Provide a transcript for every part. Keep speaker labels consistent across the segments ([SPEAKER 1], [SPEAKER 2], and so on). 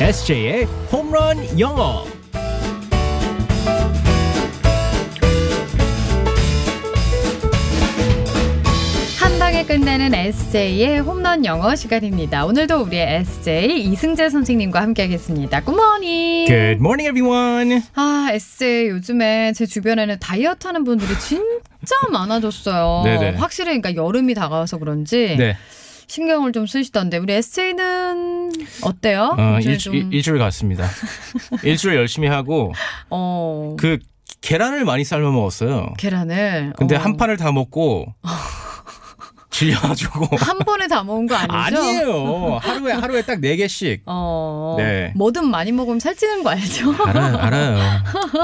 [SPEAKER 1] SJ의 홈런 영어.
[SPEAKER 2] 한 방에 끝내는 SJ의 홈런 영어 시간입니다. 오늘도 우리의 SJ 이승재 선생님과 함께하겠습니다. 굿모닝.
[SPEAKER 1] Good morning, everyone.
[SPEAKER 2] 아, 에세 요즘에 제 주변에는 다이어트 하는 분들이 진짜 많아졌어요.
[SPEAKER 1] 네네.
[SPEAKER 2] 확실히 그러니까 여름이 다가와서 그런지
[SPEAKER 1] 네,
[SPEAKER 2] 신경을 좀 쓰시던데 우리 에세이는 어때요?
[SPEAKER 1] 어,
[SPEAKER 2] 요즘에
[SPEAKER 1] 일,
[SPEAKER 2] 좀,
[SPEAKER 1] 일, 일주일 갔습니다. 일주일 열심히 하고
[SPEAKER 2] 어,
[SPEAKER 1] 그 계란을 많이 삶아 먹었어요.
[SPEAKER 2] 계란을
[SPEAKER 1] 근데
[SPEAKER 2] 어,
[SPEAKER 1] 한 판을 다 먹고 질려가지고
[SPEAKER 2] 한 번에 다 먹은 거 아니죠?
[SPEAKER 1] 아니에요. 하루에 하루에 딱 네 개씩.
[SPEAKER 2] 어,
[SPEAKER 1] 네.
[SPEAKER 2] 뭐든 많이 먹으면 살찌는 거 알죠?
[SPEAKER 1] 알아요, 알아요.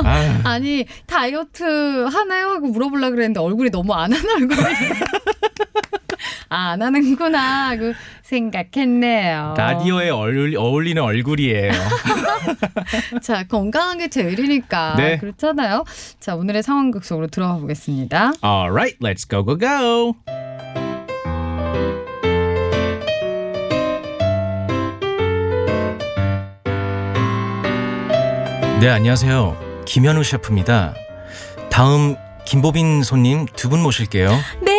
[SPEAKER 1] 아유.
[SPEAKER 2] 아니 다이어트 하나요 하고 물어보려 그랬는데 얼굴이 너무 안 하는 얼굴이 아안 하는구나 하고 생각했네요.
[SPEAKER 1] 라디오에 어울, 어울리는 얼굴이에요.
[SPEAKER 2] 자 건강한 게 제일이니까
[SPEAKER 1] 네.
[SPEAKER 2] 그렇잖아요. 자 오늘의 상황극 속으로 들어가 보겠습니다.
[SPEAKER 1] Alright, let's go, go, go. 네, 안녕하세요. 김현우 셰프입니다. 다음 김보빈 손님 두 분 모실게요.
[SPEAKER 2] 네.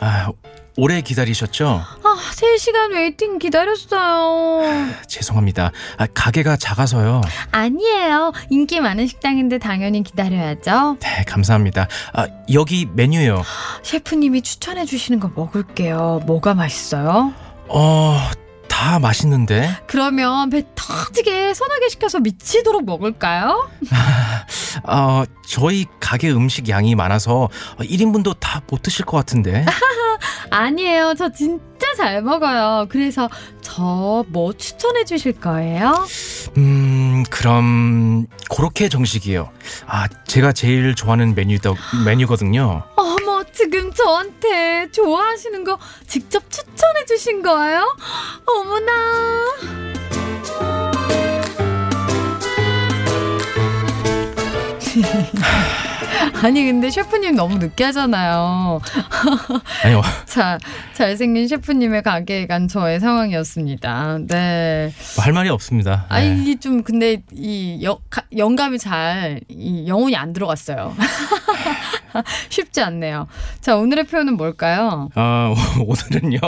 [SPEAKER 1] 아, 오래 기다리셨죠?
[SPEAKER 2] 아 3시간 웨이팅 기다렸어요.
[SPEAKER 1] 죄송합니다. 아, 가게가 작아서요.
[SPEAKER 2] 아니에요. 인기 많은 식당인데 당연히 기다려야죠.
[SPEAKER 1] 네, 감사합니다. 아, 여기 메뉴요.
[SPEAKER 2] 셰프님이 추천해 주시는 거 먹을게요. 뭐가 맛있어요?
[SPEAKER 1] 어, 다 맛있는데.
[SPEAKER 2] 그러면 배 터지게 서너 개 시켜서 미치도록 먹을까요?
[SPEAKER 1] 어, 저희 가게 음식 양이 많아서 1인분도 다 못 드실 것 같은데.
[SPEAKER 2] 아니에요. 저 진짜 잘 먹어요. 그래서 저 뭐 추천해 주실 거예요?
[SPEAKER 1] 음, 그럼 그렇게 정식이에요. 아, 제가 제일 좋아하는 메뉴다 메뉴거든요.
[SPEAKER 2] 어머, 지금 저한테 좋아하시는 거 직접 추천해 주신 거예요? 어머나. 아니 근데 셰프님 너무 늦게 하잖아요.
[SPEAKER 1] 아니요. 어,
[SPEAKER 2] 자, 잘생긴 셰프님의 가게에 간 저의 상황이었습니다. 네.
[SPEAKER 1] 할 말이 없습니다.
[SPEAKER 2] 아
[SPEAKER 1] 네.
[SPEAKER 2] 이게 좀 근데 이 여- 가- 영감이 잘 이 영혼이 안 들어갔어요. 쉽지 않네요. 자 오늘의 표현은 뭘까요?
[SPEAKER 1] 아, 오늘은요,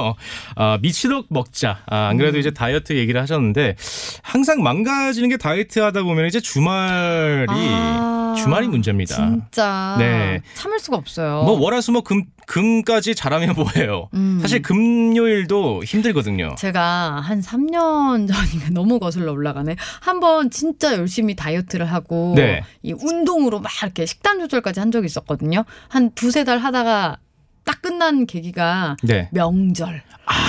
[SPEAKER 1] 아, 미치도록 먹자. 아, 안
[SPEAKER 2] 음.
[SPEAKER 1] 그래도 이제 다이어트 얘기를 하셨는데, 항상 망가지는 게 다이어트 하다 보면 이제 주말이,
[SPEAKER 2] 아,
[SPEAKER 1] 주말이 문제입니다.
[SPEAKER 2] 진짜
[SPEAKER 1] 네.
[SPEAKER 2] 참을 수가 없어요.
[SPEAKER 1] 뭐, 월화수목 금, 금까지 잘하면 뭐예요?
[SPEAKER 2] 음.
[SPEAKER 1] 사실 그- 금요일도 힘들거든요.
[SPEAKER 2] 제가 한 3년 전인가 너무 거슬러 올라가네. 한번 진짜 열심히 다이어트를 하고
[SPEAKER 1] 네.
[SPEAKER 2] 이 운동으로 막 이렇게 식단 조절까지 한 적이 있었거든요. 한 두세 달 하다가 딱 끝난 계기가
[SPEAKER 1] 네.
[SPEAKER 2] 명절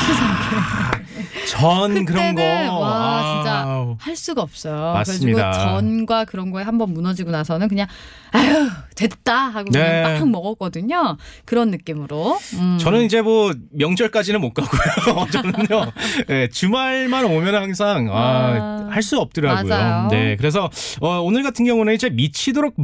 [SPEAKER 2] 추석에
[SPEAKER 1] 전 그런 거.
[SPEAKER 2] 그때는 와, 진짜.
[SPEAKER 1] 아우.
[SPEAKER 2] 할 수가 없어요.
[SPEAKER 1] 맞습니다.
[SPEAKER 2] 그래가지고 전과 그런 거에 한번 무너지고 나서는 그냥 아유 됐다 하고 그냥
[SPEAKER 1] 네.
[SPEAKER 2] 막 먹었거든요. 그런 느낌으로. 음.
[SPEAKER 1] 저는 이제 뭐 명절까지는 못 가고요. 저는요 예, 주말만 오면 항상 아,
[SPEAKER 2] 아,
[SPEAKER 1] 할 수 없더라고요.
[SPEAKER 2] 맞아요.
[SPEAKER 1] 네, 그래서 어, 오늘 같은 경우는 이제 미치도록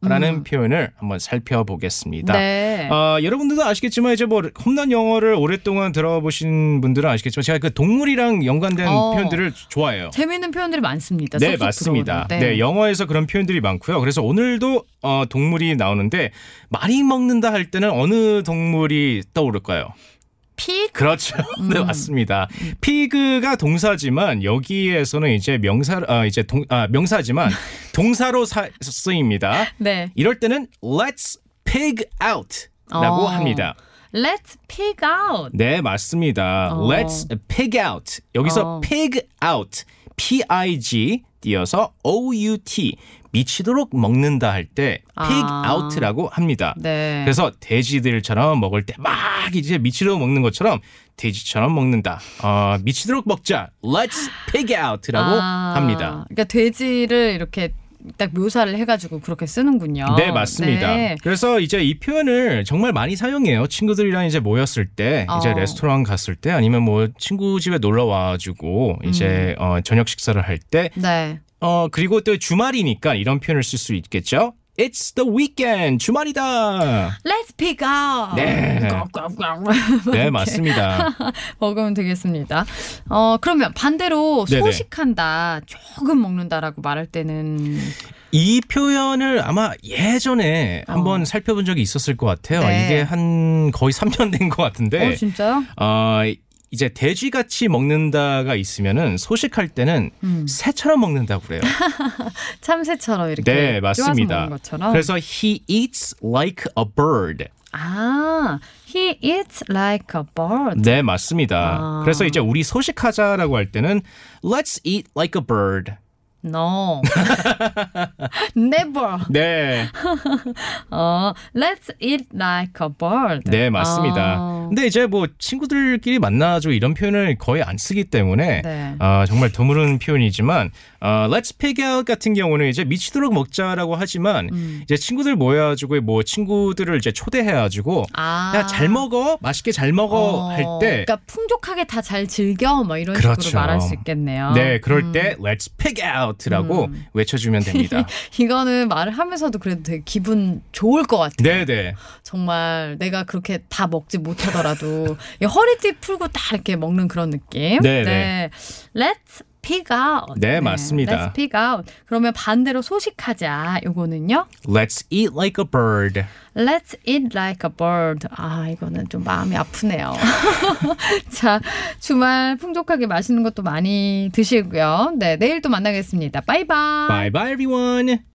[SPEAKER 1] 먹자라는
[SPEAKER 2] 음.
[SPEAKER 1] 표현을 한번 살펴보겠습니다.
[SPEAKER 2] 네.
[SPEAKER 1] 아, 여러분들도 아시겠지만 이제 뭐 홈런 영어를 오랫동안 들어보신 분들은 아시겠지만 제가 그 동물이랑 연관된
[SPEAKER 2] 어.
[SPEAKER 1] 표현들을 좋아해요.
[SPEAKER 2] 재미있는 표현들이 많습니다.
[SPEAKER 1] 네
[SPEAKER 2] 쏙쏙
[SPEAKER 1] 맞습니다. 네.
[SPEAKER 2] 들어오는데.
[SPEAKER 1] 영어에서 그런 표현들이 많고요. 그래서 오늘도 어, 동물이 나오는데 많이 먹는다 할 때는 어느 동물이 떠오를까요?
[SPEAKER 2] 픽.
[SPEAKER 1] 그렇죠. 네,
[SPEAKER 2] 음.
[SPEAKER 1] 맞습니다. 피그가 동사지만 여기에서는 이제 명사 아 이제 동, 아, 명사지만 동사로 사- 쓰입니다.
[SPEAKER 2] 네.
[SPEAKER 1] 이럴 때는 let's pig out라고
[SPEAKER 2] 어.
[SPEAKER 1] 합니다.
[SPEAKER 2] Let's pig out.
[SPEAKER 1] 네, 맞습니다.
[SPEAKER 2] 어.
[SPEAKER 1] let's pig out. 여기서
[SPEAKER 2] 어.
[SPEAKER 1] pig out. p i g 띄어서 o u t 미치도록 먹는다 할 때 pig
[SPEAKER 2] 아.
[SPEAKER 1] out라고 합니다.
[SPEAKER 2] 네.
[SPEAKER 1] 그래서 돼지들처럼 먹을 때 막 이제 미치도록 먹는 것처럼 돼지처럼 먹는다. 어, 미치도록 먹자. Let's pig out라고
[SPEAKER 2] 아,
[SPEAKER 1] 합니다.
[SPEAKER 2] 그러니까 돼지를 이렇게 딱 묘사를 해가지고 그렇게 쓰는군요.
[SPEAKER 1] 네, 맞습니다.
[SPEAKER 2] 아, 네.
[SPEAKER 1] 그래서 이제 이 표현을 정말 많이 사용해요. 친구들이랑 이제 모였을 때, 이제
[SPEAKER 2] 어.
[SPEAKER 1] 레스토랑 갔을 때, 아니면 뭐 친구 집에 놀러 와가지고 이제
[SPEAKER 2] 음.
[SPEAKER 1] 어, 저녁 식사를 할 때,
[SPEAKER 2] 네.
[SPEAKER 1] 어, 그리고 또 주말이니까 이런 표현을 쓸 수 있겠죠. It's the weekend. 주말이다.
[SPEAKER 2] Let's pick up.
[SPEAKER 1] 네.
[SPEAKER 2] 꽝꽝꽝.
[SPEAKER 1] 네, 맞습니다.
[SPEAKER 2] 먹으면 되겠습니다. 어, 그러면 반대로
[SPEAKER 1] 네네.
[SPEAKER 2] 소식한다, 조금 먹는다라고 말할 때는
[SPEAKER 1] 이 표현을 아마 예전에 한번 살펴본 적이 있었을 것 같아요.
[SPEAKER 2] 어. 네.
[SPEAKER 1] 이게 한 거의 3년 된 것
[SPEAKER 2] 어,
[SPEAKER 1] 같은데,
[SPEAKER 2] 진짜요?
[SPEAKER 1] 어, 이제 돼지같이 먹는다가 있으면은 소식할 때는
[SPEAKER 2] 음.
[SPEAKER 1] 새처럼 먹는다고 그래요.
[SPEAKER 2] 참새처럼 이렇게
[SPEAKER 1] 네,
[SPEAKER 2] 쪼아서
[SPEAKER 1] 맞습니다.
[SPEAKER 2] 먹는 것처럼.
[SPEAKER 1] 그래서 he eats like a bird.
[SPEAKER 2] 아, he eats like a bird.
[SPEAKER 1] 네, 맞습니다.
[SPEAKER 2] 아.
[SPEAKER 1] 그래서 이제 우리 소식하자라고 할 때는 let's eat like a bird.
[SPEAKER 2] No. Never.
[SPEAKER 1] 네,
[SPEAKER 2] 어, let's eat like a bird.
[SPEAKER 1] 네, 맞습니다.
[SPEAKER 2] 아,
[SPEAKER 1] 근데 이제 뭐 친구들끼리 만나죠 이런 표현을 거의 안 쓰기 때문에
[SPEAKER 2] 네.
[SPEAKER 1] 아, 정말 드물은 표현이지만 어, Let's pick out 같은 경우는 이제 미치도록 먹자라고 하지만
[SPEAKER 2] 음.
[SPEAKER 1] 이제 친구들 모여가지고 뭐 친구들을 이제 초대해가지고
[SPEAKER 2] 아.
[SPEAKER 1] 야 잘 먹어 맛있게 잘 먹어
[SPEAKER 2] 어,
[SPEAKER 1] 할 때
[SPEAKER 2] 그러니까 풍족하게 다 잘 즐겨 뭐 이런
[SPEAKER 1] 그렇죠.
[SPEAKER 2] 식으로 말할 수 있겠네요.
[SPEAKER 1] 네 그럴
[SPEAKER 2] 음.
[SPEAKER 1] 때 Let's pick out라고 외쳐주면 됩니다.
[SPEAKER 2] 이거는 말을 하면서도 그래도 되게 기분 좋을 것 같아요.
[SPEAKER 1] 네네
[SPEAKER 2] 정말 내가 그렇게 다 먹지 못하더라도 이 허리띠 풀고 딱 이렇게 먹는 그런 느낌.
[SPEAKER 1] 네,
[SPEAKER 2] Let's pick out.
[SPEAKER 1] 네, 맞습니다.
[SPEAKER 2] Let's pick out. 그러면 반대로 소식하자. 요거는요.
[SPEAKER 1] Let's eat like a bird.
[SPEAKER 2] Let's eat like a bird. 아, 이거는 좀 마음이 아프네요. 자, 주말 풍족하게 맛있는 것도 많이 드시고요. 네, 내일 또 만나겠습니다. 바이바이.
[SPEAKER 1] Bye bye everyone.